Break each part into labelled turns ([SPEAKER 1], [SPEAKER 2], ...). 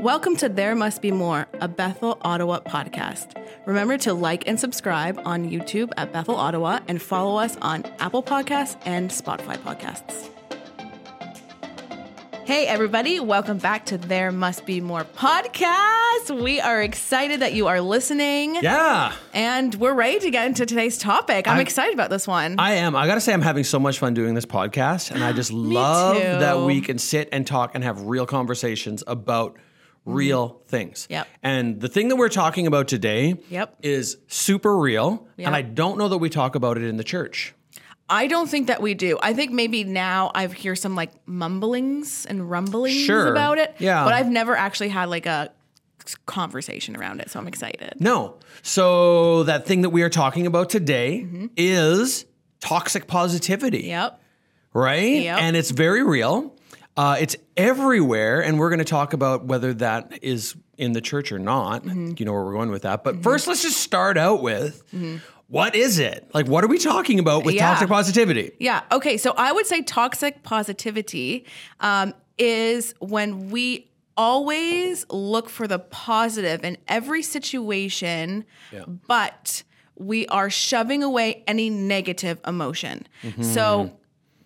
[SPEAKER 1] Welcome to There Must Be More, a Bethel, Ottawa podcast. Remember to like and subscribe on YouTube at Bethel, Ottawa, and follow us on Apple Podcasts and Spotify Podcasts. Hey, everybody, welcome back to There Must Be More podcast. We are excited that you are listening.
[SPEAKER 2] Yeah,
[SPEAKER 1] And we're ready to get into today's topic. I'm, excited about this one.
[SPEAKER 2] I am. I gotta say, I'm having so much fun doing this podcast, and I just love
[SPEAKER 1] too.
[SPEAKER 2] that we can sit and talk and have real conversations about real things.
[SPEAKER 1] Mm-hmm. Yep.
[SPEAKER 2] And the thing that we're talking about today
[SPEAKER 1] Yep.
[SPEAKER 2] is super real,
[SPEAKER 1] Yep.
[SPEAKER 2] and I don't know that we talk about it in the church.
[SPEAKER 1] I don't think that we do. I think maybe now I hear some like mumblings and rumblings
[SPEAKER 2] Sure.
[SPEAKER 1] about it.
[SPEAKER 2] Yeah.
[SPEAKER 1] But I've never actually had like a conversation around it, so I'm excited.
[SPEAKER 2] No. So that thing that we are talking about today
[SPEAKER 1] Mm-hmm.
[SPEAKER 2] is toxic positivity.
[SPEAKER 1] Yep.
[SPEAKER 2] right?
[SPEAKER 1] Yep.
[SPEAKER 2] And it's very real. Uh, it's everywhere, and we're going to talk about whether that is in the church or not. I
[SPEAKER 1] Mm-hmm.
[SPEAKER 2] think You know where we're going with that. But first, let's just start out with what is it? Like, what are we talking about with
[SPEAKER 1] Mm-hmm. Yeah.
[SPEAKER 2] toxic positivity?
[SPEAKER 1] Yeah. Okay. So I would say toxic positivity um, is when we always look for the positive in every situation, but we are shoving away any negative emotion. So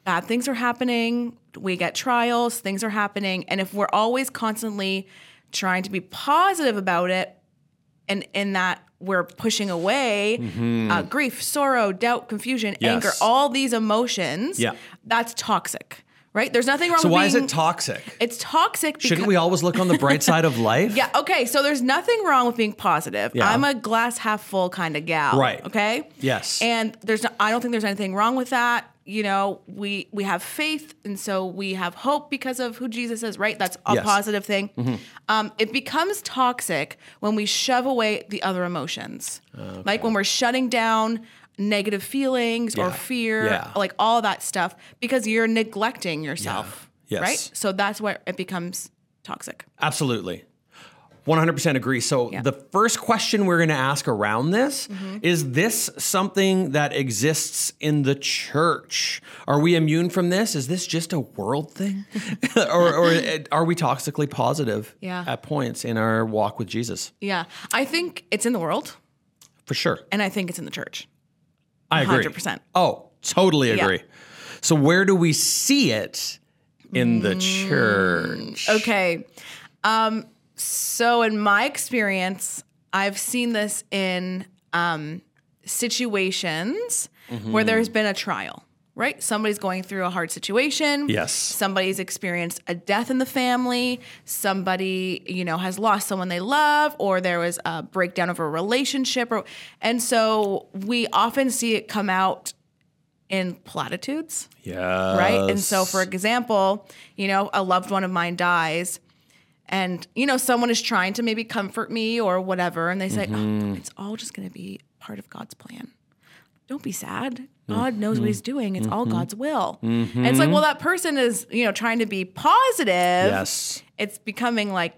[SPEAKER 1] bad things are happening, we get trials, things are happening. And if we're always constantly trying to be positive about it, and in that we're pushing away uh, grief, sorrow, doubt, confusion, anger,
[SPEAKER 2] Yes.
[SPEAKER 1] all these emotions,
[SPEAKER 2] Yeah.
[SPEAKER 1] that's toxic, right? There's nothing wrong
[SPEAKER 2] So,
[SPEAKER 1] with
[SPEAKER 2] why is
[SPEAKER 1] being,
[SPEAKER 2] it toxic?
[SPEAKER 1] It's toxic because
[SPEAKER 2] Shouldn't we always look on the bright side of life?
[SPEAKER 1] yeah, okay. So there's nothing wrong with being positive.
[SPEAKER 2] Yeah.
[SPEAKER 1] I'm a glass half full kind of gal.
[SPEAKER 2] Right.
[SPEAKER 1] Okay.
[SPEAKER 2] Yes.
[SPEAKER 1] And there's no, I don't think there's anything wrong with that. You know, we we have faith and so we have hope because of who Jesus is, right? That's a
[SPEAKER 2] Yes. Mm-hmm.
[SPEAKER 1] positive thing. Um, it becomes toxic when we shove away the other emotions. Like when we're shutting down negative feelings or
[SPEAKER 2] Yeah.
[SPEAKER 1] fear,
[SPEAKER 2] Yeah.
[SPEAKER 1] like all that stuff, because you're neglecting yourself.
[SPEAKER 2] Yes.
[SPEAKER 1] Right? So that's where it becomes toxic.
[SPEAKER 2] Absolutely. 100% agree. So, the first question we're going to ask around this
[SPEAKER 1] Mm-hmm.
[SPEAKER 2] is this something that exists in the church? Are we immune from this? Is this just a world thing? or, or uh, are we toxically positive
[SPEAKER 1] Yeah.
[SPEAKER 2] at points in our walk with Jesus?
[SPEAKER 1] Yeah. I think it's in the world
[SPEAKER 2] For sure.
[SPEAKER 1] and I think it's in the church.
[SPEAKER 2] I agree.
[SPEAKER 1] 100%.
[SPEAKER 2] Oh, totally
[SPEAKER 1] Yeah.
[SPEAKER 2] agree. So, where do we see it in the
[SPEAKER 1] Mm.
[SPEAKER 2] church?
[SPEAKER 1] Okay. Um, so, in my experience, I've seen this in um, situations where there's been a trial, right? Somebody's going through a hard situation.
[SPEAKER 2] Yes.
[SPEAKER 1] Somebody's experienced a death in the family. Somebody, you know, has lost someone they love, or there was a breakdown of a relationship. Or, and so we often see it come out in platitudes.
[SPEAKER 2] Yeah.
[SPEAKER 1] Oh, right? And so, for example, you know, a loved one of mine dies, and you know, someone is trying to maybe comfort me or whatever, and they say,
[SPEAKER 2] Mm-hmm.
[SPEAKER 1] oh, "It's all just going to be part of God's plan. Don't be sad.
[SPEAKER 2] Mm-hmm.
[SPEAKER 1] God knows what He's doing. It's all God's will." And it's like, well, that person is you know trying to be positive.
[SPEAKER 2] Yes.
[SPEAKER 1] It's becoming like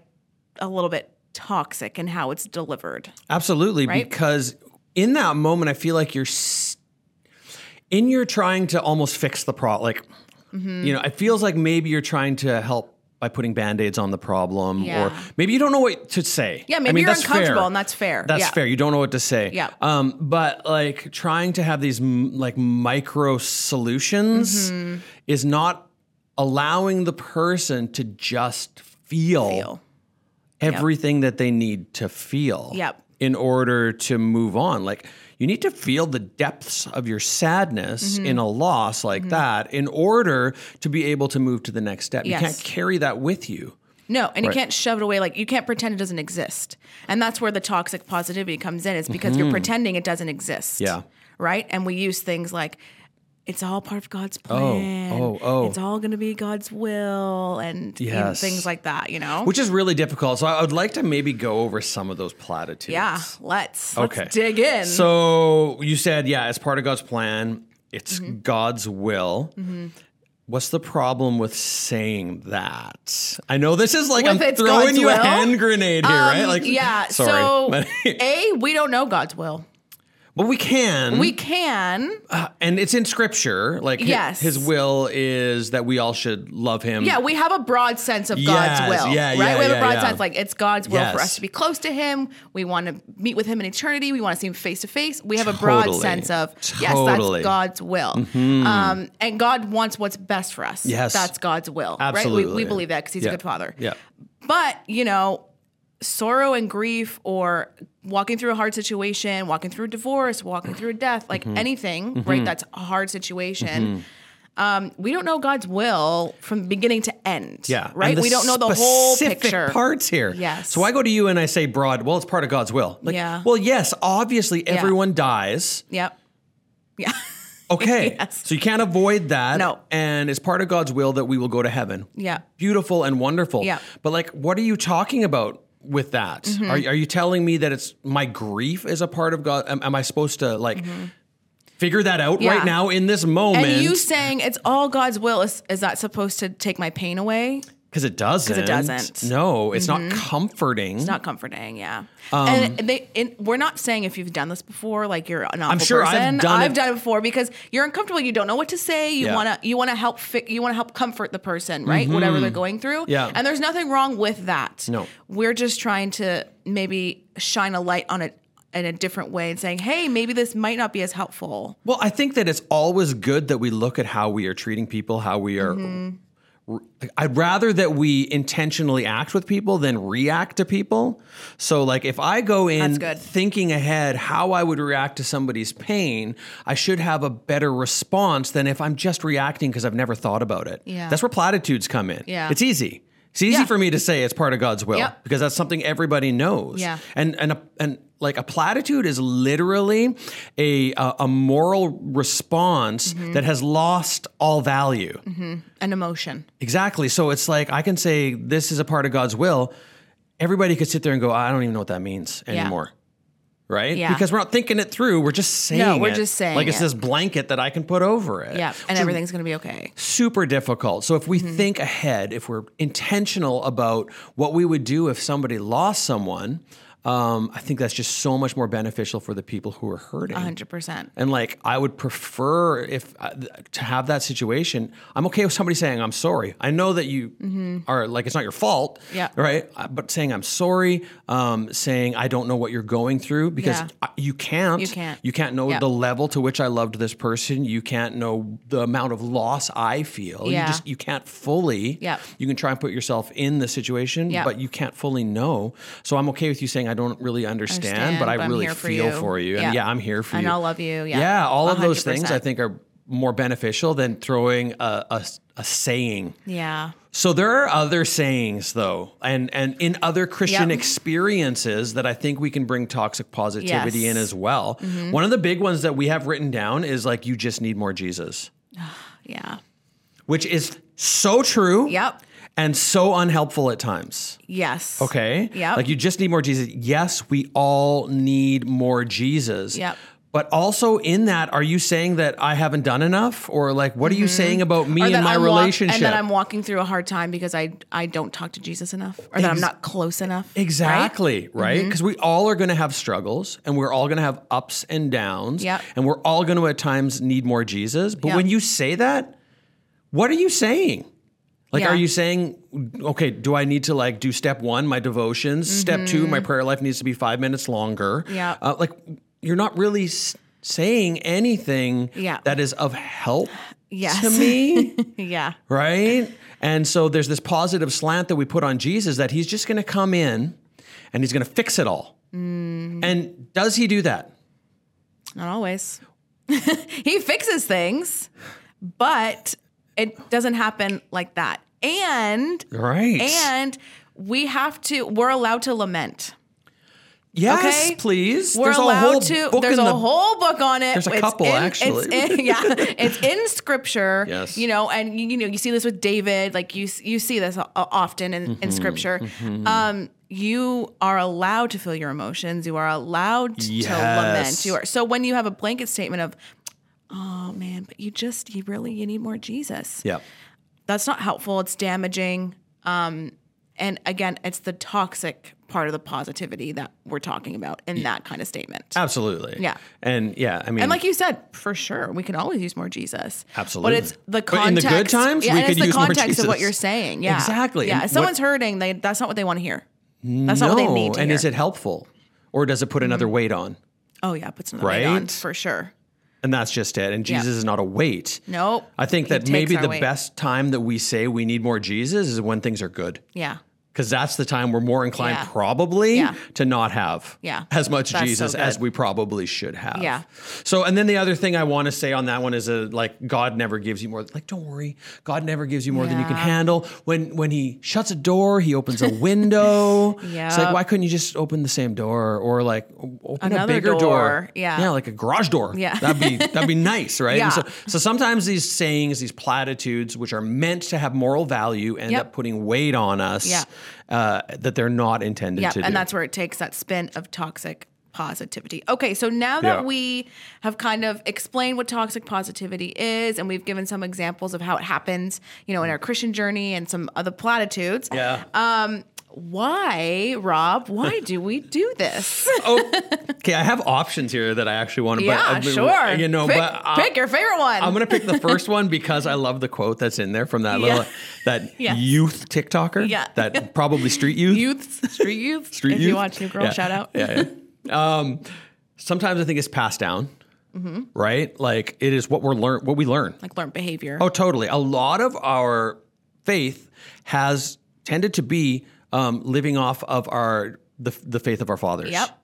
[SPEAKER 1] a little bit toxic in how it's delivered.
[SPEAKER 2] Absolutely,
[SPEAKER 1] Right?
[SPEAKER 2] because in that moment, I feel like you're s- in you're trying to almost fix the problem. Like,
[SPEAKER 1] Mm-hmm.
[SPEAKER 2] you know, it feels like maybe you're trying to help by putting band aids on the problem,
[SPEAKER 1] Yeah.
[SPEAKER 2] or maybe you don't know what to say.
[SPEAKER 1] Yeah,
[SPEAKER 2] I
[SPEAKER 1] maybe
[SPEAKER 2] mean,
[SPEAKER 1] you're
[SPEAKER 2] that's fair.
[SPEAKER 1] uncomfortable, and that's fair.
[SPEAKER 2] That's
[SPEAKER 1] Yeah.
[SPEAKER 2] fair. You don't know what to say.
[SPEAKER 1] Yeah.
[SPEAKER 2] Um, but like trying to have these m- like micro solutions
[SPEAKER 1] Mm-hmm.
[SPEAKER 2] is not allowing the person to just feel,
[SPEAKER 1] Feel.
[SPEAKER 2] everything that they need to feel.
[SPEAKER 1] Yep.
[SPEAKER 2] In order to move on, like you need to feel the depths of your sadness
[SPEAKER 1] Mm-hmm.
[SPEAKER 2] in a loss like that in order to be able to move to the next step.
[SPEAKER 1] Yes.
[SPEAKER 2] You can't carry that with you.
[SPEAKER 1] No, and you can't shove it away. Like you can't pretend it doesn't exist. And that's where the toxic positivity comes in. It's because you're pretending it doesn't exist.
[SPEAKER 2] Mm-hmm. Yeah.
[SPEAKER 1] Right. And we use things like, it's all part of God's plan.
[SPEAKER 2] oh, oh.
[SPEAKER 1] It's all going to be God's will, and you know,
[SPEAKER 2] Yes.
[SPEAKER 1] things like that. You know.
[SPEAKER 2] which is really difficult. So I would like to maybe go over some of those platitudes.
[SPEAKER 1] yeah. Let's let's dig in.
[SPEAKER 2] So you said, yeah, it's part of God's plan. It's
[SPEAKER 1] Mm-hmm.
[SPEAKER 2] God's will. What's the problem with saying that? I know this is like
[SPEAKER 1] With
[SPEAKER 2] I'm
[SPEAKER 1] it's
[SPEAKER 2] throwing
[SPEAKER 1] God's
[SPEAKER 2] you a
[SPEAKER 1] will?
[SPEAKER 2] hand grenade here, right? Like,
[SPEAKER 1] Um, yeah.
[SPEAKER 2] Sorry.
[SPEAKER 1] So a we don't know God's will.
[SPEAKER 2] But we can.
[SPEAKER 1] We can.
[SPEAKER 2] and it's in scripture. Like hi-
[SPEAKER 1] Yes.
[SPEAKER 2] his, will is that we all should love him.
[SPEAKER 1] Yeah, we have a broad sense of
[SPEAKER 2] Um, Yes,
[SPEAKER 1] God's will,
[SPEAKER 2] yeah,
[SPEAKER 1] right?
[SPEAKER 2] yeah,
[SPEAKER 1] we have
[SPEAKER 2] yeah,
[SPEAKER 1] a broad
[SPEAKER 2] yeah.
[SPEAKER 1] sense like it's God's will for
[SPEAKER 2] Yes.
[SPEAKER 1] us to be close to Him. We want to meet with Him in eternity. We want to see Him face to face. We have a broad
[SPEAKER 2] Totally.
[SPEAKER 1] sense of yes,
[SPEAKER 2] Totally.
[SPEAKER 1] that's
[SPEAKER 2] Mm-hmm.
[SPEAKER 1] God's will, um, and God wants what's best for us.
[SPEAKER 2] Yes.
[SPEAKER 1] that's God's will. right?
[SPEAKER 2] Absolutely.
[SPEAKER 1] We, we believe that because He's
[SPEAKER 2] Yeah.
[SPEAKER 1] a good Father.
[SPEAKER 2] Yeah.
[SPEAKER 1] But, you know, sorrow and grief or walking through a hard situation, walking through a divorce, walking through a death, like
[SPEAKER 2] Mm-hmm.
[SPEAKER 1] anything, right? That's a hard situation.
[SPEAKER 2] Mm-hmm.
[SPEAKER 1] Um, we don't know God's will from beginning to end.
[SPEAKER 2] Yeah. And
[SPEAKER 1] Right?
[SPEAKER 2] the
[SPEAKER 1] We don't know the whole
[SPEAKER 2] specific
[SPEAKER 1] picture.
[SPEAKER 2] parts here.
[SPEAKER 1] Yes.
[SPEAKER 2] So I go to you and I say broad, well, it's part of God's will. Like,
[SPEAKER 1] Yeah.
[SPEAKER 2] Well, yes, obviously everyone dies.
[SPEAKER 1] Yep. Yeah.
[SPEAKER 2] Okay.
[SPEAKER 1] Yes.
[SPEAKER 2] So you can't avoid that.
[SPEAKER 1] No.
[SPEAKER 2] And it's part of God's will that we will go to heaven.
[SPEAKER 1] Yeah.
[SPEAKER 2] Beautiful and wonderful.
[SPEAKER 1] Yeah. Mm-hmm.
[SPEAKER 2] But like, what are you talking about with that? Are, are you telling me that it's my grief is a part of God? Am, am I supposed to like figure that out
[SPEAKER 1] Mm-hmm. Yeah.
[SPEAKER 2] right now in this moment?
[SPEAKER 1] and you saying it's all God's will is, is that supposed to take my pain away?
[SPEAKER 2] Because it doesn't.
[SPEAKER 1] doesn't. Mm-hmm.
[SPEAKER 2] No, it's not comforting.
[SPEAKER 1] It's not comforting, yeah.
[SPEAKER 2] Um,
[SPEAKER 1] and they, and we're not saying if you've done this before, like you're an awful
[SPEAKER 2] sure I've
[SPEAKER 1] person.
[SPEAKER 2] done it-
[SPEAKER 1] before because you're uncomfortable. You don't know what to say. You
[SPEAKER 2] Yeah.
[SPEAKER 1] wanna you wanna help fi- you wanna help comfort the person, right? Whatever they're going through.
[SPEAKER 2] Mm-hmm. Yeah.
[SPEAKER 1] And there's nothing wrong with that.
[SPEAKER 2] No.
[SPEAKER 1] we're just trying to maybe shine a light on it in a different way and saying, hey, maybe this might not be as helpful.
[SPEAKER 2] Well, I think that it's always good that we look at how we are treating people, how we are.
[SPEAKER 1] Mm-hmm.
[SPEAKER 2] I'd rather that we intentionally act with people than react to people. So, like, if I go in
[SPEAKER 1] That's good.
[SPEAKER 2] thinking ahead how I would react to somebody's pain, I should have a better response than if I'm just reacting because I've never thought about it.
[SPEAKER 1] Yeah.
[SPEAKER 2] That's where platitudes come in.
[SPEAKER 1] Yeah.
[SPEAKER 2] It's easy. It's easy
[SPEAKER 1] Yeah.
[SPEAKER 2] for me to say it's part of God's will
[SPEAKER 1] Yep.
[SPEAKER 2] because that's something everybody knows
[SPEAKER 1] Yeah.
[SPEAKER 2] and and a, and like a platitude is literally a a, a moral response
[SPEAKER 1] Mm-hmm.
[SPEAKER 2] that has lost all value.
[SPEAKER 1] An emotion.
[SPEAKER 2] Exactly. So it's like I can say this is a part of God's will. Everybody could sit there and go, I don't even know what that means
[SPEAKER 1] Yeah.
[SPEAKER 2] anymore. Right?
[SPEAKER 1] Yeah.
[SPEAKER 2] Because we're not thinking it through. We're just saying
[SPEAKER 1] we're
[SPEAKER 2] it.
[SPEAKER 1] just saying
[SPEAKER 2] Like it's
[SPEAKER 1] it.
[SPEAKER 2] this blanket that I can put over it.
[SPEAKER 1] Yeah. And everything's gonna be okay.
[SPEAKER 2] Super difficult. So if we think ahead, if we're intentional about what we would do if somebody lost someone, um, I think that's just so much more beneficial for the people who are hurting.
[SPEAKER 1] hundred percent.
[SPEAKER 2] And like, I would prefer if uh, to have that situation. I'm okay with somebody saying I'm sorry. I know that you are like it's not your fault,
[SPEAKER 1] Mm-hmm. Yeah.
[SPEAKER 2] right? Uh, But saying I'm sorry, um, saying I don't know what you're going through because
[SPEAKER 1] Yeah.
[SPEAKER 2] I- you can't,
[SPEAKER 1] You can't.
[SPEAKER 2] you can't know
[SPEAKER 1] Yeah.
[SPEAKER 2] the level to which I loved this person. You can't know the amount of loss I feel. You
[SPEAKER 1] Yeah.
[SPEAKER 2] just you can't fully.
[SPEAKER 1] Yeah.
[SPEAKER 2] You can try and put yourself in the situation,
[SPEAKER 1] Yeah.
[SPEAKER 2] but you can't fully know. So I'm okay with you saying I don't really understand,
[SPEAKER 1] Understand,
[SPEAKER 2] but I
[SPEAKER 1] but I'm
[SPEAKER 2] really
[SPEAKER 1] here for
[SPEAKER 2] feel
[SPEAKER 1] you."
[SPEAKER 2] for you, and
[SPEAKER 1] Yeah.
[SPEAKER 2] yeah, I'm here for
[SPEAKER 1] And
[SPEAKER 2] you.
[SPEAKER 1] I'll love you. Yeah.
[SPEAKER 2] Yeah, all of those things
[SPEAKER 1] 100%.
[SPEAKER 2] I think are more beneficial than throwing a, a, a saying.
[SPEAKER 1] Yeah.
[SPEAKER 2] So there are other sayings though, and and in other Christian
[SPEAKER 1] Yep.
[SPEAKER 2] experiences that I think we can bring toxic positivity
[SPEAKER 1] Yes. Mm-hmm.
[SPEAKER 2] in as well. One of the big ones that we have written down is like you just need more Jesus,
[SPEAKER 1] Yeah.
[SPEAKER 2] which is so true.
[SPEAKER 1] Yep.
[SPEAKER 2] And so unhelpful at times.
[SPEAKER 1] Yes.
[SPEAKER 2] Okay.
[SPEAKER 1] Yep.
[SPEAKER 2] Like you just need more Jesus. Yes, we all need more Jesus.
[SPEAKER 1] Yep.
[SPEAKER 2] But also in that, are you saying that I haven't done enough, or like what are you saying about me
[SPEAKER 1] Mm-hmm. Or
[SPEAKER 2] and
[SPEAKER 1] that
[SPEAKER 2] my
[SPEAKER 1] I'm walk-
[SPEAKER 2] relationship?
[SPEAKER 1] and that I'm walking through a hard time because I I don't talk to Jesus enough, or that I'm not close enough. right? Mm-hmm.
[SPEAKER 2] Exactly, right? Because we all are going to have struggles and we're all going to have ups and downs.
[SPEAKER 1] Yep.
[SPEAKER 2] And we're all going to at times need more Jesus. But
[SPEAKER 1] Yep.
[SPEAKER 2] when you say that, what are you saying? Like,
[SPEAKER 1] Yeah.
[SPEAKER 2] are you saying, okay, do I need to like do step one, my devotions? Step two, my prayer life needs to be five minutes longer?
[SPEAKER 1] Mm-hmm. Yep.
[SPEAKER 2] Uh, like, you're not really s- saying anything
[SPEAKER 1] Yeah.
[SPEAKER 2] that is of help
[SPEAKER 1] Yes.
[SPEAKER 2] to me.
[SPEAKER 1] Yeah.
[SPEAKER 2] right? And so there's this positive slant that we put on Jesus that he's just going to come in and he's going to fix it all.
[SPEAKER 1] Mm.
[SPEAKER 2] And does he do that?
[SPEAKER 1] Not always. he fixes things, but it doesn't happen like that. And
[SPEAKER 2] Right.
[SPEAKER 1] and we have to. We're allowed to lament.
[SPEAKER 2] yes,
[SPEAKER 1] okay.
[SPEAKER 2] please.
[SPEAKER 1] We're
[SPEAKER 2] there's a
[SPEAKER 1] allowed
[SPEAKER 2] whole
[SPEAKER 1] to.
[SPEAKER 2] book
[SPEAKER 1] There's
[SPEAKER 2] in
[SPEAKER 1] a
[SPEAKER 2] the-
[SPEAKER 1] whole book on it.
[SPEAKER 2] There's a couple,
[SPEAKER 1] in,
[SPEAKER 2] actually.
[SPEAKER 1] It's in, yeah, it's in scripture.
[SPEAKER 2] Yes.
[SPEAKER 1] You know, and you, you know, you see this with David. Like you, s- you see this o- often in,
[SPEAKER 2] Mm-hmm,
[SPEAKER 1] in scripture. Um, you are allowed to feel your emotions. You are allowed to
[SPEAKER 2] Yes.
[SPEAKER 1] lament. You are so when you have a blanket statement of, oh man, but you just you really you need more Jesus.
[SPEAKER 2] Yeah.
[SPEAKER 1] That's not helpful. It's damaging. Um, And again, it's the toxic part of the positivity that we're talking about in that kind of statement.
[SPEAKER 2] Absolutely.
[SPEAKER 1] Yeah.
[SPEAKER 2] And yeah, I mean,
[SPEAKER 1] And like you said, for sure, we can always use more Jesus.
[SPEAKER 2] Absolutely.
[SPEAKER 1] But it's the
[SPEAKER 2] But in the
[SPEAKER 1] context.
[SPEAKER 2] good times,
[SPEAKER 1] yeah,
[SPEAKER 2] we
[SPEAKER 1] and
[SPEAKER 2] could
[SPEAKER 1] it's the
[SPEAKER 2] use more
[SPEAKER 1] context of what
[SPEAKER 2] Jesus.
[SPEAKER 1] you're saying. Yeah.
[SPEAKER 2] Exactly.
[SPEAKER 1] Yeah.
[SPEAKER 2] And
[SPEAKER 1] If someone's
[SPEAKER 2] what-
[SPEAKER 1] hurting, they that's not what they want to hear. That's not what they
[SPEAKER 2] no.
[SPEAKER 1] need to
[SPEAKER 2] and
[SPEAKER 1] hear. Mm-hmm.
[SPEAKER 2] is it helpful or does it put another weight on?
[SPEAKER 1] oh yeah, puts another weight on
[SPEAKER 2] Right?
[SPEAKER 1] for sure.
[SPEAKER 2] And that's just it. And Jesus is not a weight.
[SPEAKER 1] Nope.
[SPEAKER 2] I think
[SPEAKER 1] He
[SPEAKER 2] that
[SPEAKER 1] takes
[SPEAKER 2] maybe
[SPEAKER 1] our
[SPEAKER 2] the
[SPEAKER 1] weight.
[SPEAKER 2] best time that we say we need more Jesus is when things are good.
[SPEAKER 1] Yeah.
[SPEAKER 2] Because that's the time we're more inclined,
[SPEAKER 1] Yeah.
[SPEAKER 2] probably,
[SPEAKER 1] Yeah.
[SPEAKER 2] to not have
[SPEAKER 1] Yeah.
[SPEAKER 2] as much
[SPEAKER 1] That's so
[SPEAKER 2] Jesus
[SPEAKER 1] good.
[SPEAKER 2] as we probably should have.
[SPEAKER 1] Yeah.
[SPEAKER 2] So, and then the other thing I want to say on that one is a, like God never gives you more. Like, don't worry, God never gives you more than you can
[SPEAKER 1] Yeah.
[SPEAKER 2] handle. When when He shuts a door, He opens a window. It's like
[SPEAKER 1] Yep.
[SPEAKER 2] why couldn't you just open the same door or like o- open
[SPEAKER 1] Another
[SPEAKER 2] a bigger door?
[SPEAKER 1] door. Yeah.
[SPEAKER 2] Yeah, like a garage door.
[SPEAKER 1] Yeah.
[SPEAKER 2] that'd be that'd be nice, right? And
[SPEAKER 1] Yeah.
[SPEAKER 2] So, so sometimes these sayings, these platitudes, which are meant to have moral value, end
[SPEAKER 1] Yep.
[SPEAKER 2] up putting weight on us
[SPEAKER 1] Yeah.
[SPEAKER 2] uh, that they're not intended
[SPEAKER 1] Yeah.
[SPEAKER 2] to do.
[SPEAKER 1] And that's where it takes that spin of toxic positivity. Okay, so now that
[SPEAKER 2] Yeah.
[SPEAKER 1] we have kind of explained what toxic positivity is and we've given some examples of how it happens, you know, in our Christian journey and some other platitudes.
[SPEAKER 2] yeah.
[SPEAKER 1] Uh, Why, Rob, why do we do this?
[SPEAKER 2] Oh, okay, I have options here that I actually want to.
[SPEAKER 1] yeah,
[SPEAKER 2] but, uh,
[SPEAKER 1] sure.
[SPEAKER 2] You know,
[SPEAKER 1] pick,
[SPEAKER 2] but uh,
[SPEAKER 1] pick your favorite one.
[SPEAKER 2] I'm gonna pick the first one because I love the quote that's in there from that
[SPEAKER 1] Yeah.
[SPEAKER 2] little that
[SPEAKER 1] Yes.
[SPEAKER 2] youth TikToker.
[SPEAKER 1] Yeah.
[SPEAKER 2] That probably street youth.
[SPEAKER 1] youth, street youth.
[SPEAKER 2] Street
[SPEAKER 1] if
[SPEAKER 2] youth.
[SPEAKER 1] you watch New Girl,
[SPEAKER 2] Yeah.
[SPEAKER 1] shout out.
[SPEAKER 2] Yeah. yeah. um, sometimes I think it's passed down.
[SPEAKER 1] Mm-hmm.
[SPEAKER 2] Right? Like it is what we're learn what we learn.
[SPEAKER 1] Like learned behavior.
[SPEAKER 2] Oh, totally. A lot of our faith has tended to be um, living off of our the, the faith of our fathers.
[SPEAKER 1] Yep.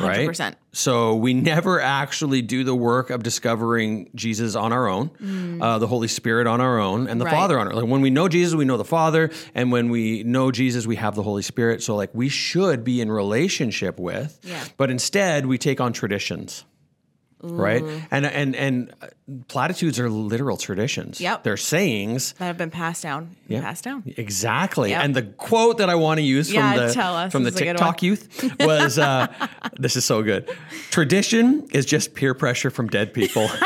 [SPEAKER 2] Right.
[SPEAKER 1] 100%.
[SPEAKER 2] So we never actually do the work of discovering Jesus on our own, uh, the Holy Spirit on our own, and the
[SPEAKER 1] Mm. Right.
[SPEAKER 2] Father on our own. Like when we know Jesus, we know the Father, and when we know Jesus, we have the Holy Spirit. So like we should be in relationship with,
[SPEAKER 1] Yeah.
[SPEAKER 2] but instead we take on traditions right? And and and uh, platitudes are literal traditions.
[SPEAKER 1] Yep.
[SPEAKER 2] they're sayings.
[SPEAKER 1] That have been passed down. Passed down.
[SPEAKER 2] Exactly.
[SPEAKER 1] Yep.
[SPEAKER 2] And the quote that I want to use
[SPEAKER 1] Yeah,
[SPEAKER 2] from the
[SPEAKER 1] tell us.
[SPEAKER 2] from the
[SPEAKER 1] This is a good
[SPEAKER 2] TikTok youth was uh, this is so good. Tradition is just peer pressure from dead people.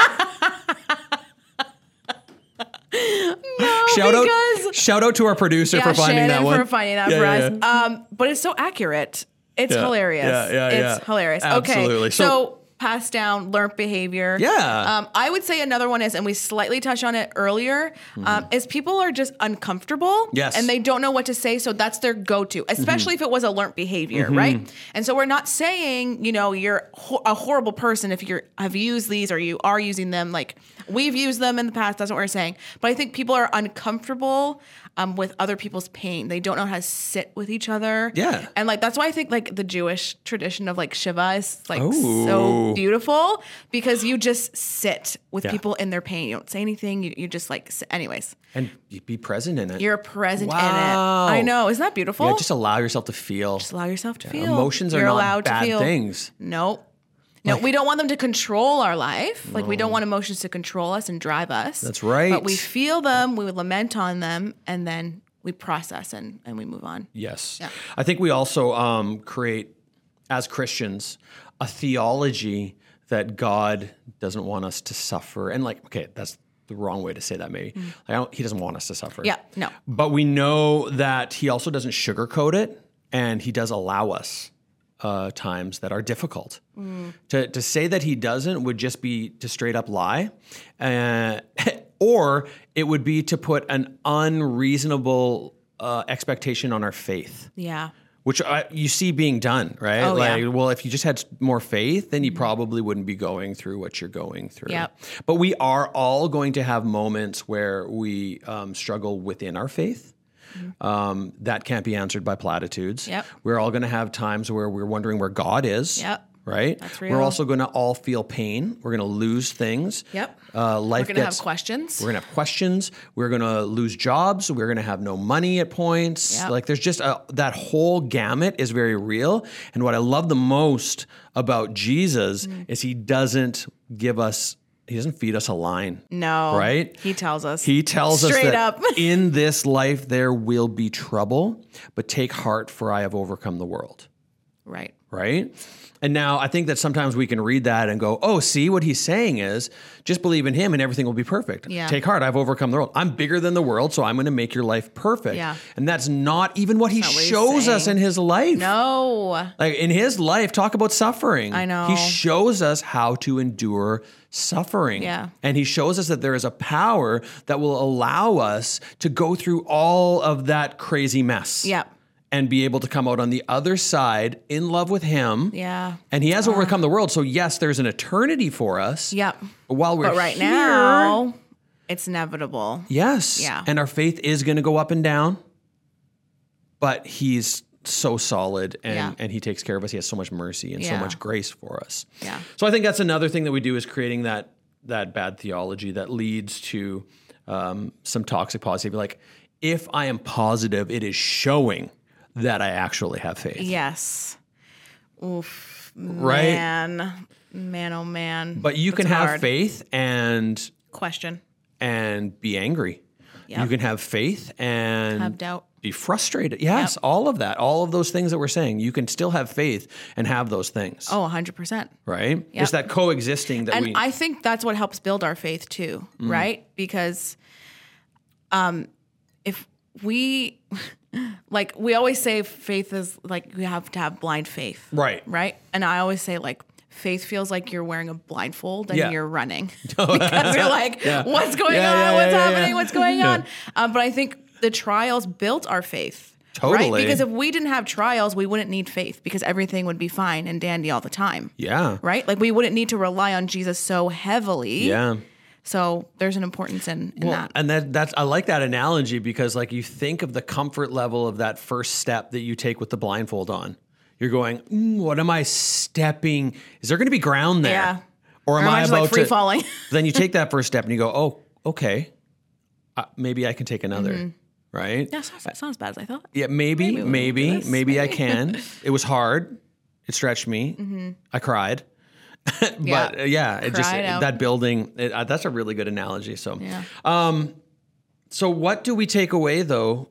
[SPEAKER 2] shout out
[SPEAKER 1] because-
[SPEAKER 2] shout out to our producer
[SPEAKER 1] yeah,
[SPEAKER 2] for finding
[SPEAKER 1] Shannon
[SPEAKER 2] that one.
[SPEAKER 1] for finding that
[SPEAKER 2] Yeah,
[SPEAKER 1] for
[SPEAKER 2] yeah,
[SPEAKER 1] us.
[SPEAKER 2] yeah.
[SPEAKER 1] Um, but it's so accurate. It's
[SPEAKER 2] Yeah,
[SPEAKER 1] hilarious.
[SPEAKER 2] yeah, yeah,
[SPEAKER 1] it's
[SPEAKER 2] yeah.
[SPEAKER 1] hilarious.
[SPEAKER 2] Absolutely.
[SPEAKER 1] Okay.
[SPEAKER 2] So-
[SPEAKER 1] So, passed down learned behavior.
[SPEAKER 2] Yeah.
[SPEAKER 1] Um, I would say another one is, and we slightly touched on it earlier, um, is people are just uncomfortable.
[SPEAKER 2] Mm-hmm. Yes. Mm-hmm.
[SPEAKER 1] And they don't know what to say, so that's their go-to, especially if it was a learned behavior, right? And so we're not saying, you know, you're ho- a horrible person if you have used these or you are using them. Like we've used them in the past. That's what we're saying. But I think people are uncomfortable um, with other people's pain. They don't know how to sit with each other.
[SPEAKER 2] Yeah.
[SPEAKER 1] And like that's why I think like the Jewish tradition of like shiva is like
[SPEAKER 2] Oh.
[SPEAKER 1] so beautiful because you just sit with
[SPEAKER 2] Yeah.
[SPEAKER 1] people in their pain. You don't say anything. You, you just like, sit. anyways,
[SPEAKER 2] and be present in it.
[SPEAKER 1] you're present
[SPEAKER 2] Wow.
[SPEAKER 1] in it. I know. Isn't that beautiful?
[SPEAKER 2] yeah, just allow yourself to feel.
[SPEAKER 1] Just allow yourself to feel.
[SPEAKER 2] Emotions are
[SPEAKER 1] You're
[SPEAKER 2] not
[SPEAKER 1] allowed
[SPEAKER 2] bad
[SPEAKER 1] to feel.
[SPEAKER 2] things.
[SPEAKER 1] Nope. No, we don't want them to control our life. Like we don't want emotions to control us and drive us.
[SPEAKER 2] That's right.
[SPEAKER 1] But we feel them, we lament on them, and then we process and, and we move on.
[SPEAKER 2] Yes. I think we also um, create, as Christians, a theology that God doesn't want us to suffer. And, like, okay, that's the wrong way to say that, maybe. Like, I don't, he doesn't want us to suffer.
[SPEAKER 1] Yeah, no.
[SPEAKER 2] But we know that he also doesn't sugarcoat it and he does allow us uh, times that are difficult. To, to say that he doesn't would just be to straight up lie, uh, or it would be to put an unreasonable uh, expectation on our faith.
[SPEAKER 1] Yeah.
[SPEAKER 2] Which I, you see being done, right?
[SPEAKER 1] Oh,
[SPEAKER 2] like,
[SPEAKER 1] yeah.
[SPEAKER 2] well, if you just had more faith, then you probably wouldn't be going through what you're going through.
[SPEAKER 1] Yep.
[SPEAKER 2] But we are all going to have moments where we um, struggle within our faith. Um, that can't be answered by platitudes.
[SPEAKER 1] Mm-hmm. Yep.
[SPEAKER 2] We're all going to have times where we're wondering where God is.
[SPEAKER 1] Yep.
[SPEAKER 2] Right. We're
[SPEAKER 1] real.
[SPEAKER 2] also going to all feel pain. We're going to lose things.
[SPEAKER 1] Yep.
[SPEAKER 2] Uh, life
[SPEAKER 1] We're gonna
[SPEAKER 2] gets
[SPEAKER 1] have questions.
[SPEAKER 2] we're gonna have questions. We're gonna lose jobs. We're gonna have no money at points.
[SPEAKER 1] Yep.
[SPEAKER 2] Like there's just a, that whole gamut is very real. And what I love the most about Jesus
[SPEAKER 1] Mm.
[SPEAKER 2] is he doesn't give us, he doesn't feed us a line.
[SPEAKER 1] No.
[SPEAKER 2] Right?
[SPEAKER 1] He tells us.
[SPEAKER 2] He tells us
[SPEAKER 1] Straight
[SPEAKER 2] that
[SPEAKER 1] up.
[SPEAKER 2] in this life there will be trouble, but take heart, for I have overcome the world.
[SPEAKER 1] Right.
[SPEAKER 2] right? And now I think that sometimes we can read that and go, oh, see, what he's saying is just believe in him and everything will be perfect.
[SPEAKER 1] Yeah.
[SPEAKER 2] Take heart, I've overcome the world. I'm bigger than the world, so I'm going to make your life perfect.
[SPEAKER 1] Yeah.
[SPEAKER 2] And that's not even what he
[SPEAKER 1] not what he's
[SPEAKER 2] shows us
[SPEAKER 1] saying.
[SPEAKER 2] in his life.
[SPEAKER 1] No.
[SPEAKER 2] Like in his life, talk about suffering.
[SPEAKER 1] I know.
[SPEAKER 2] He shows us how to endure suffering.
[SPEAKER 1] Yeah.
[SPEAKER 2] And he shows us that there is a power that will allow us to go through all of that crazy mess.
[SPEAKER 1] Yep.
[SPEAKER 2] And be able to come out on the other side in love with him.
[SPEAKER 1] Yeah.
[SPEAKER 2] And he has overcome the world. So yes, there's an eternity for us.
[SPEAKER 1] Yep.
[SPEAKER 2] But While we're
[SPEAKER 1] But right
[SPEAKER 2] here-
[SPEAKER 1] now, it's inevitable.
[SPEAKER 2] Yes.
[SPEAKER 1] Yeah.
[SPEAKER 2] And our faith is going to go up and down. But he's so solid and,
[SPEAKER 1] Yeah.
[SPEAKER 2] and he takes care of us. He has so much mercy and so
[SPEAKER 1] Yeah.
[SPEAKER 2] much grace for us.
[SPEAKER 1] Yeah.
[SPEAKER 2] So I think that's another thing that we do is creating that that bad theology that leads to um, some toxic positivity. Like if I am positive, it is showing that I actually have faith.
[SPEAKER 1] Yes. Oof.
[SPEAKER 2] Right.
[SPEAKER 1] Man. Man, oh man.
[SPEAKER 2] But you
[SPEAKER 1] That's
[SPEAKER 2] can have
[SPEAKER 1] hard.
[SPEAKER 2] faith and
[SPEAKER 1] Question.
[SPEAKER 2] and be angry.
[SPEAKER 1] Yeah.
[SPEAKER 2] You can have faith and
[SPEAKER 1] Have doubt.
[SPEAKER 2] be frustrated. Yes, all of that, all of those things that we're saying. You can still have faith and have those things,
[SPEAKER 1] Oh, 100%.
[SPEAKER 2] right? It's that coexisting that
[SPEAKER 1] And
[SPEAKER 2] we.
[SPEAKER 1] I think that's what helps build our faith too,
[SPEAKER 2] Mm.
[SPEAKER 1] right? Because um if we like we always say faith is like you have to have blind faith.
[SPEAKER 2] Right.
[SPEAKER 1] Right? And I always say like faith feels like you're wearing a blindfold and
[SPEAKER 2] Yeah.
[SPEAKER 1] you're running. because you're like, what's going
[SPEAKER 2] Yeah,
[SPEAKER 1] on?
[SPEAKER 2] yeah,
[SPEAKER 1] what's
[SPEAKER 2] yeah, yeah,
[SPEAKER 1] happening?
[SPEAKER 2] yeah.
[SPEAKER 1] What's going on? Um, but I think the trials built our faith.
[SPEAKER 2] Totally.
[SPEAKER 1] Right? Because if we didn't have trials, we wouldn't need faith because everything would be fine and dandy all the time
[SPEAKER 2] yeah.
[SPEAKER 1] right? Like we wouldn't need to rely on Jesus so heavily.
[SPEAKER 2] Yeah.
[SPEAKER 1] So there's an importance in, in that.
[SPEAKER 2] And that that's I like that analogy because like you think of the comfort level of that first step that you take with the blindfold on. You're going, "Mm, what am I stepping? Is there going to be ground there?
[SPEAKER 1] Yeah.
[SPEAKER 2] Or am
[SPEAKER 1] Or am
[SPEAKER 2] I,
[SPEAKER 1] I just,
[SPEAKER 2] about
[SPEAKER 1] like, free
[SPEAKER 2] to
[SPEAKER 1] falling?
[SPEAKER 2] then you take that first step and you go, oh, okay, uh, maybe I can take another, right?
[SPEAKER 1] That's not, that's not as bad as I thought.
[SPEAKER 2] Yeah, maybe, maybe, maybe, I can. it was hard. It stretched me. I cried. but
[SPEAKER 1] Mm-hmm. Yeah.
[SPEAKER 2] yeah, yeah it just
[SPEAKER 1] Cried out.
[SPEAKER 2] that building. It, uh, that's a really good analogy. So, Um,
[SPEAKER 1] Yeah.
[SPEAKER 2] so what do we take away though,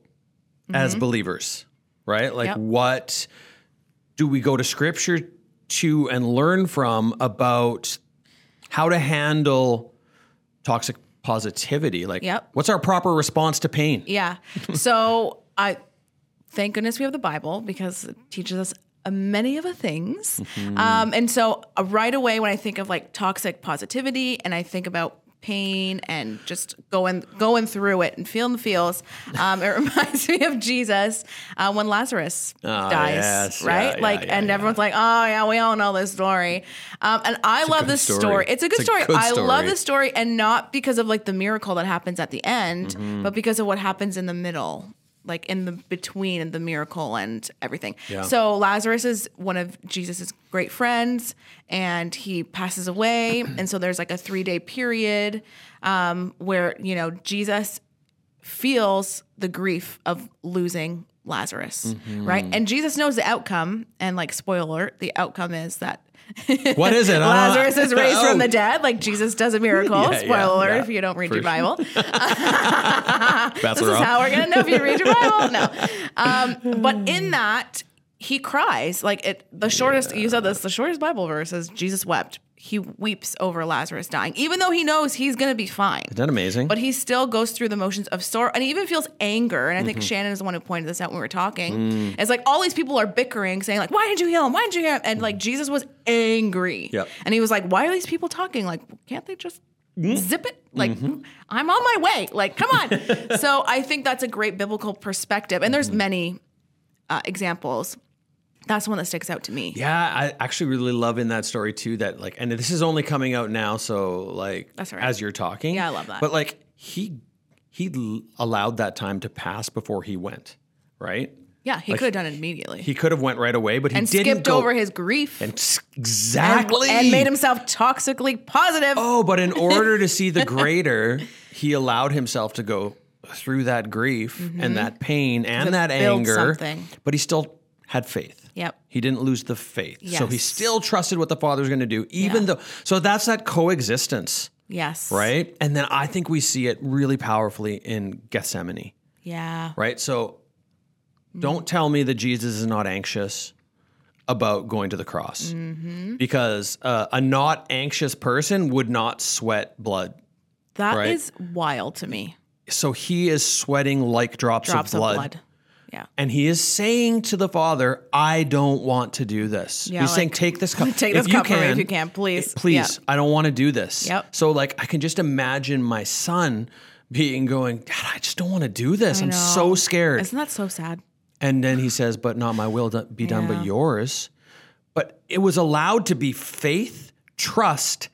[SPEAKER 2] as believers, right? Like,
[SPEAKER 1] Mm-hmm. Yep.
[SPEAKER 2] what do we go to Scripture to and learn from about how to handle toxic positivity? Like,
[SPEAKER 1] Yep.
[SPEAKER 2] what's our proper response to pain?
[SPEAKER 1] Yeah. So I thank goodness we have the Bible because it teaches us a many of the things.
[SPEAKER 2] Mm-hmm.
[SPEAKER 1] Um, and so uh, right away when I think of like toxic positivity and I think about pain and just going going through it and feeling the feels, um, it reminds me of Jesus uh, when Lazarus dies,
[SPEAKER 2] Ah, yes. Yeah,
[SPEAKER 1] right?
[SPEAKER 2] yeah,
[SPEAKER 1] like,
[SPEAKER 2] yeah,
[SPEAKER 1] and
[SPEAKER 2] yeah.
[SPEAKER 1] everyone's like, "Oh yeah, we all know this story." Um, and I love
[SPEAKER 2] good
[SPEAKER 1] this story.
[SPEAKER 2] story.
[SPEAKER 1] It's a good
[SPEAKER 2] It's a
[SPEAKER 1] story.
[SPEAKER 2] good
[SPEAKER 1] I love
[SPEAKER 2] story.
[SPEAKER 1] this story and not because of like the miracle that happens at the end, but because of what happens in the middle, like in the between and the miracle and everything.
[SPEAKER 2] Yeah.
[SPEAKER 1] So Lazarus is one of Jesus's great friends and he passes away. and so there's like a three day period um, where, you know, Jesus feels the grief of losing Lazarus, right? And Jesus knows the outcome. And like, spoiler alert, the outcome is that
[SPEAKER 2] What is it? I don't-
[SPEAKER 1] Lazarus is raised
[SPEAKER 2] Oh,
[SPEAKER 1] from the dead. Like Jesus does a miracle.
[SPEAKER 2] Yeah, yeah,
[SPEAKER 1] Spoiler alert
[SPEAKER 2] yeah.
[SPEAKER 1] if you don't read
[SPEAKER 2] For
[SPEAKER 1] your
[SPEAKER 2] sure.
[SPEAKER 1] Bible.
[SPEAKER 2] Bats
[SPEAKER 1] this
[SPEAKER 2] are
[SPEAKER 1] is
[SPEAKER 2] up.
[SPEAKER 1] how we're gonna know if you read your Bible. No, um, but in that he cries. Like it, the shortest. You said this. The shortest Bible verse is Jesus wept. He weeps over Lazarus dying, even though he knows he's gonna be fine.
[SPEAKER 2] Isn't that amazing?
[SPEAKER 1] But he still goes through the motions of sorrow and he even feels anger. And I
[SPEAKER 2] Mm-hmm.
[SPEAKER 1] think Shannon is the one who pointed this out when we were talking.
[SPEAKER 2] Mm.
[SPEAKER 1] It's like all these people are bickering, saying, like, why did you heal him? Why did you heal him? And like Jesus was angry.
[SPEAKER 2] Mm-hmm. Yep.
[SPEAKER 1] And he was like, Why are these people talking? Like, can't they just
[SPEAKER 2] Mm-hmm.
[SPEAKER 1] zip it? Like, I'm on my way. Like, come on. so I think that's a great biblical perspective. And
[SPEAKER 2] Mm-hmm.
[SPEAKER 1] there's many uh, examples. That's one that sticks out to me.
[SPEAKER 2] Yeah, I actually really love in that story too that like and this is only coming out now so like
[SPEAKER 1] That's all right.
[SPEAKER 2] as you're talking.
[SPEAKER 1] Yeah, I love that.
[SPEAKER 2] But like he he l- allowed that time to pass before he went, right?
[SPEAKER 1] Yeah, he could have done it immediately.
[SPEAKER 2] He could have went right away, but he
[SPEAKER 1] and
[SPEAKER 2] didn't
[SPEAKER 1] skipped
[SPEAKER 2] go-
[SPEAKER 1] over his grief.
[SPEAKER 2] and s- exactly
[SPEAKER 1] and made himself toxically positive.
[SPEAKER 2] Oh, but in order to see the greater, he allowed himself to go through that grief and that pain and that
[SPEAKER 1] Mm-hmm. build
[SPEAKER 2] anger.
[SPEAKER 1] something.
[SPEAKER 2] But he still had faith.
[SPEAKER 1] Yep.
[SPEAKER 2] He didn't lose the faith. So he
[SPEAKER 1] Yes.
[SPEAKER 2] still trusted what the Father's going to do, even
[SPEAKER 1] Yeah.
[SPEAKER 2] though. So that's that coexistence,
[SPEAKER 1] Yes.
[SPEAKER 2] right? And then I think we see it really powerfully in Gethsemane,
[SPEAKER 1] Yeah. Mm-hmm.
[SPEAKER 2] right? So don't tell me that Jesus is not anxious. about going to the cross
[SPEAKER 1] Mm-hmm.
[SPEAKER 2] because uh, a not anxious person would not sweat blood.
[SPEAKER 1] That is
[SPEAKER 2] Right.
[SPEAKER 1] wild to me.
[SPEAKER 2] So he is sweating like drops,
[SPEAKER 1] Drops
[SPEAKER 2] of, blood,
[SPEAKER 1] of blood. Yeah.
[SPEAKER 2] And he is saying to the father, I don't want to do this.
[SPEAKER 1] Yeah,
[SPEAKER 2] He's
[SPEAKER 1] like,
[SPEAKER 2] saying, Take this cup.
[SPEAKER 1] Take
[SPEAKER 2] if
[SPEAKER 1] this
[SPEAKER 2] you
[SPEAKER 1] cup from me
[SPEAKER 2] can,
[SPEAKER 1] if you can, please.
[SPEAKER 2] Please,
[SPEAKER 1] Yeah.
[SPEAKER 2] I don't want to do this.
[SPEAKER 1] Yep.
[SPEAKER 2] So, like, I can just imagine my son being going, Dad, I just don't want to do this. I'm so
[SPEAKER 1] know.
[SPEAKER 2] scared.
[SPEAKER 1] Isn't that so sad?
[SPEAKER 2] And then he says, But not my will do- be done,
[SPEAKER 1] Yeah.
[SPEAKER 2] but yours. But it was allowed to be faith, trust,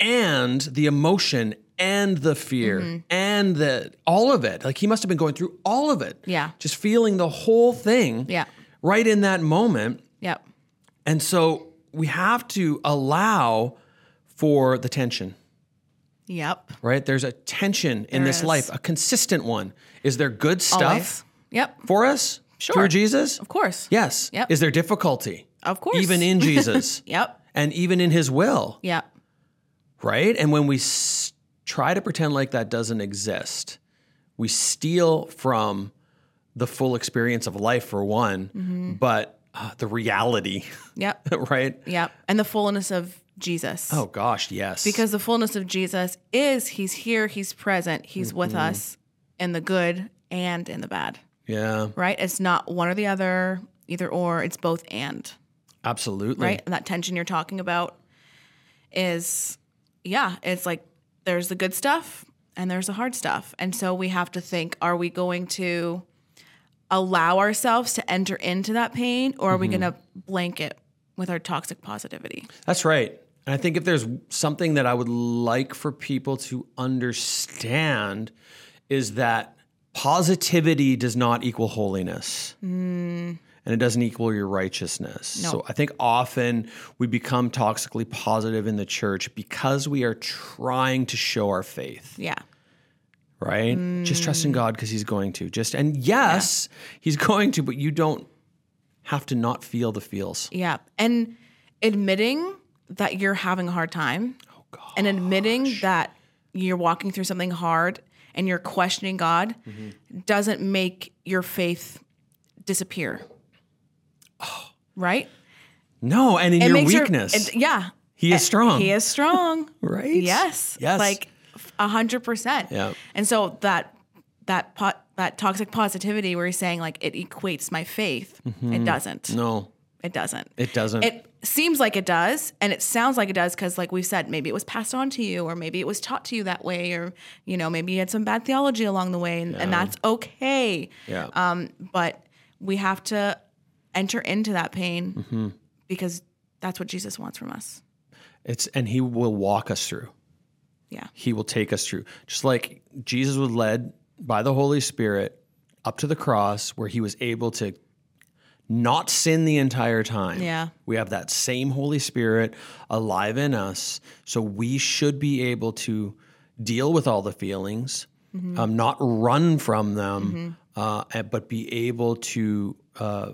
[SPEAKER 2] and the emotion and the fear
[SPEAKER 1] Mm-hmm.
[SPEAKER 2] and the all of it. Like he must have been going through all of it.
[SPEAKER 1] Yeah.
[SPEAKER 2] Just feeling the whole thing
[SPEAKER 1] Yeah.
[SPEAKER 2] right in that moment.
[SPEAKER 1] Yep.
[SPEAKER 2] And so we have to allow for the tension
[SPEAKER 1] Yep.
[SPEAKER 2] right? There's a tension in
[SPEAKER 1] There
[SPEAKER 2] this
[SPEAKER 1] is.
[SPEAKER 2] life, a consistent one. Is there good stuff
[SPEAKER 1] Always. Yep.
[SPEAKER 2] for us
[SPEAKER 1] Sure.
[SPEAKER 2] through Jesus?
[SPEAKER 1] Of course.
[SPEAKER 2] Yes.
[SPEAKER 1] Yep.
[SPEAKER 2] Is there difficulty?
[SPEAKER 1] Of course.
[SPEAKER 2] Even in Jesus
[SPEAKER 1] Yep.
[SPEAKER 2] and even in his will,
[SPEAKER 1] Yep.
[SPEAKER 2] right? And when we s- try to pretend like that doesn't exist, we steal from the full experience of life for one,
[SPEAKER 1] Mm-hmm.
[SPEAKER 2] but uh, the reality,
[SPEAKER 1] Yep.
[SPEAKER 2] right?
[SPEAKER 1] Yep. And the fullness of Jesus.
[SPEAKER 2] Oh gosh, yes.
[SPEAKER 1] Because the fullness of Jesus is He's here, He's present, He's with
[SPEAKER 2] Mm-hmm.
[SPEAKER 1] us in the good and in the bad,
[SPEAKER 2] yeah,
[SPEAKER 1] right? It's not one or the other, either or, it's both and,
[SPEAKER 2] absolutely.
[SPEAKER 1] right? And that tension you're talking about is, yeah, it's like there's the good stuff and there's the hard stuff. And so we have to think are we going to allow ourselves to enter into that pain or are we going to blanket with our toxic positivity?
[SPEAKER 2] That's right. And I think if there's something that I would like for people to understand is that positivity does not equal holiness.
[SPEAKER 1] Mm.
[SPEAKER 2] And it doesn't equal your righteousness. So I think often we become toxically positive in the church because we are trying to show our faith
[SPEAKER 1] Yeah.
[SPEAKER 2] right?
[SPEAKER 1] Mm.
[SPEAKER 2] Just trust in God because He's going to. Just and yes, He's going to, but you don't have to not feel the feels.
[SPEAKER 1] Yeah. And admitting that you're having a hard time
[SPEAKER 2] Oh,
[SPEAKER 1] and admitting that you're walking through something hard and you're questioning God
[SPEAKER 2] Mm-hmm.
[SPEAKER 1] doesn't make your faith disappear. Right?
[SPEAKER 2] No, and in
[SPEAKER 1] It
[SPEAKER 2] Oh. your
[SPEAKER 1] makes
[SPEAKER 2] weakness,
[SPEAKER 1] it- yeah.
[SPEAKER 2] He is strong.
[SPEAKER 1] He is strong.
[SPEAKER 2] right.
[SPEAKER 1] Yes.
[SPEAKER 2] Yes.
[SPEAKER 1] Like a hundred percent.
[SPEAKER 2] Yeah.
[SPEAKER 1] And so that that po- that toxic positivity where he's saying like it equates my faith. It doesn't.
[SPEAKER 2] Mm-hmm. no,
[SPEAKER 1] It doesn't.
[SPEAKER 2] it doesn't.
[SPEAKER 1] It seems like it does, and it sounds like it does because, like we've said, maybe it was passed on to you, or maybe it was taught to you that way, or you know, maybe you had some bad theology along the way, and, and that's okay.
[SPEAKER 2] yeah.
[SPEAKER 1] Um, but we have to enter into that pain
[SPEAKER 2] Mm-hmm.
[SPEAKER 1] because that's what Jesus wants from us.
[SPEAKER 2] it's and He will walk us through.
[SPEAKER 1] Yeah.
[SPEAKER 2] He will take us through, just like Jesus was led by the Holy Spirit up to the cross, where He was able to not sin the entire time.
[SPEAKER 1] Yeah.
[SPEAKER 2] We have that same Holy Spirit alive in us. So we should be able to deal with all the feelings,
[SPEAKER 1] Mm-hmm.
[SPEAKER 2] um, not run from them, uh, and- but be able to uh,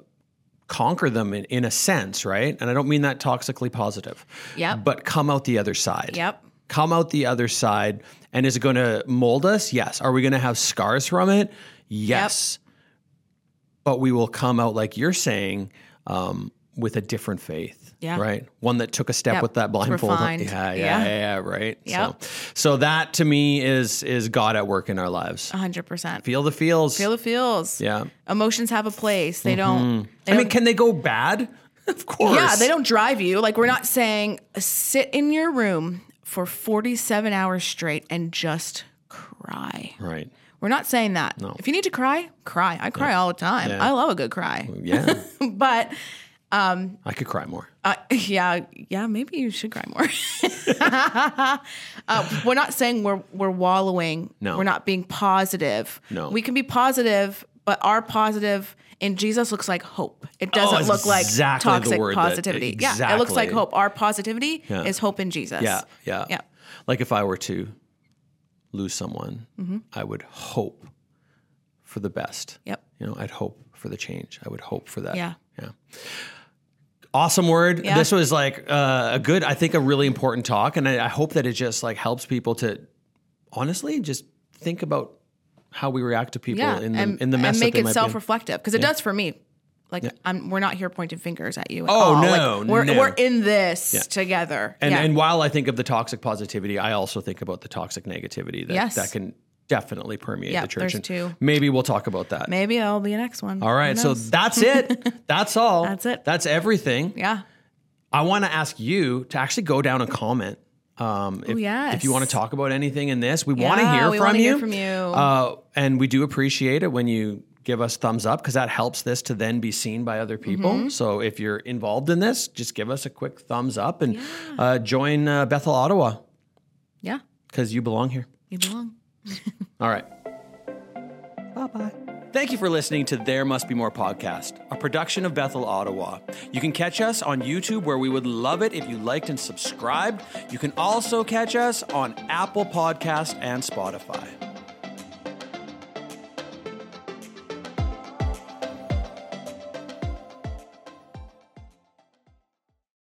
[SPEAKER 2] conquer them in, in a sense, right? And I don't mean that toxically positive,
[SPEAKER 1] Yep.
[SPEAKER 2] but come out the other side.
[SPEAKER 1] Yep.
[SPEAKER 2] Come out the other side. And is it going to mold us? Yes. Are we going to have scars from it? Yes but we will come out like you're saying um, with a different faith
[SPEAKER 1] Yeah.
[SPEAKER 2] right one that took a step
[SPEAKER 1] Yep.
[SPEAKER 2] with that blindfold
[SPEAKER 1] Refined.
[SPEAKER 2] Yeah, yeah
[SPEAKER 1] Yeah.
[SPEAKER 2] yeah yeah right
[SPEAKER 1] Yep.
[SPEAKER 2] so so that to me is is god at work in our lives
[SPEAKER 1] A hundred percent.
[SPEAKER 2] feel the feels
[SPEAKER 1] Uh, Feel the feels.
[SPEAKER 2] yeah
[SPEAKER 1] Emotions have a place. They don't. They
[SPEAKER 2] i
[SPEAKER 1] don't
[SPEAKER 2] mean can they go bad of course
[SPEAKER 1] Yeah, they don't drive you. Like we're not saying sit in your room for 47 hours straight and just cry.
[SPEAKER 2] right
[SPEAKER 1] We're not saying that. If you need to cry, cry. I cry all the time.
[SPEAKER 2] Yeah. Mm.
[SPEAKER 1] I love a good cry.
[SPEAKER 2] yeah
[SPEAKER 1] but
[SPEAKER 2] i could cry more
[SPEAKER 1] uh, yeah, yeah, maybe you should cry more. uh, we're not saying we're we're wallowing.
[SPEAKER 2] No.
[SPEAKER 1] we're not being positive.
[SPEAKER 2] No.
[SPEAKER 1] we can be positive, but our positive in Jesus looks like hope. It doesn't
[SPEAKER 2] Oh,
[SPEAKER 1] look like
[SPEAKER 2] exactly the
[SPEAKER 1] toxic
[SPEAKER 2] word that-
[SPEAKER 1] positivity. Yeah, it looks like
[SPEAKER 2] exactly.
[SPEAKER 1] hope. Our positivity is hope in Jesus.
[SPEAKER 2] yeah yeah
[SPEAKER 1] Yeah.
[SPEAKER 2] like if i were to lose someone
[SPEAKER 1] Mm-hmm.
[SPEAKER 2] i would hope for the best
[SPEAKER 1] Yep.
[SPEAKER 2] you know i'd hope for the change i would hope for that
[SPEAKER 1] Yeah.
[SPEAKER 2] yeah awesome word
[SPEAKER 1] Yeah.
[SPEAKER 2] this was like uh, a good i think a really important talk and I, I hope that it just like helps people to honestly just think about how we react to people
[SPEAKER 1] Yeah,
[SPEAKER 2] in the
[SPEAKER 1] and,
[SPEAKER 2] in the mess
[SPEAKER 1] and
[SPEAKER 2] that
[SPEAKER 1] make
[SPEAKER 2] they
[SPEAKER 1] it
[SPEAKER 2] might be in.
[SPEAKER 1] self-reflective because it does for me. Like I'm, we're not here pointing fingers at you. At
[SPEAKER 2] Oh,
[SPEAKER 1] all. Like,
[SPEAKER 2] no,
[SPEAKER 1] we're
[SPEAKER 2] no.
[SPEAKER 1] we're in this together.
[SPEAKER 2] And
[SPEAKER 1] yeah.
[SPEAKER 2] and while I think of the toxic positivity, I also think about the toxic negativity that
[SPEAKER 1] Yes.
[SPEAKER 2] that can definitely permeate
[SPEAKER 1] Yeah,
[SPEAKER 2] the church.
[SPEAKER 1] there's
[SPEAKER 2] and
[SPEAKER 1] two.
[SPEAKER 2] Maybe we'll talk about that.
[SPEAKER 1] maybe that'll be an next one.
[SPEAKER 2] All right, so that's it. That's all.
[SPEAKER 1] That's it.
[SPEAKER 2] That's everything.
[SPEAKER 1] yeah,
[SPEAKER 2] I want to ask you to actually go down and comment. Um, if,
[SPEAKER 1] yes.
[SPEAKER 2] if you want to talk about anything in this, we want to
[SPEAKER 1] Yeah,
[SPEAKER 2] hear
[SPEAKER 1] we
[SPEAKER 2] from
[SPEAKER 1] wanna
[SPEAKER 2] you.
[SPEAKER 1] hear from you.
[SPEAKER 2] Uh, and we do appreciate it when you give us thumbs up because that helps this to then be seen by other people.
[SPEAKER 1] Mm-hmm.
[SPEAKER 2] So if you're involved in this, just give us a quick thumbs up and uh, join uh, Bethel Ottawa
[SPEAKER 1] yeah,
[SPEAKER 2] because you belong here.
[SPEAKER 1] you belong.
[SPEAKER 2] All right. Bye bye. Thank you for listening to There Must Be More podcast, a production of Bethel, Ottawa. You can catch us on YouTube, where we would love it if you liked and subscribed. You can also catch us on Apple Podcasts and Spotify.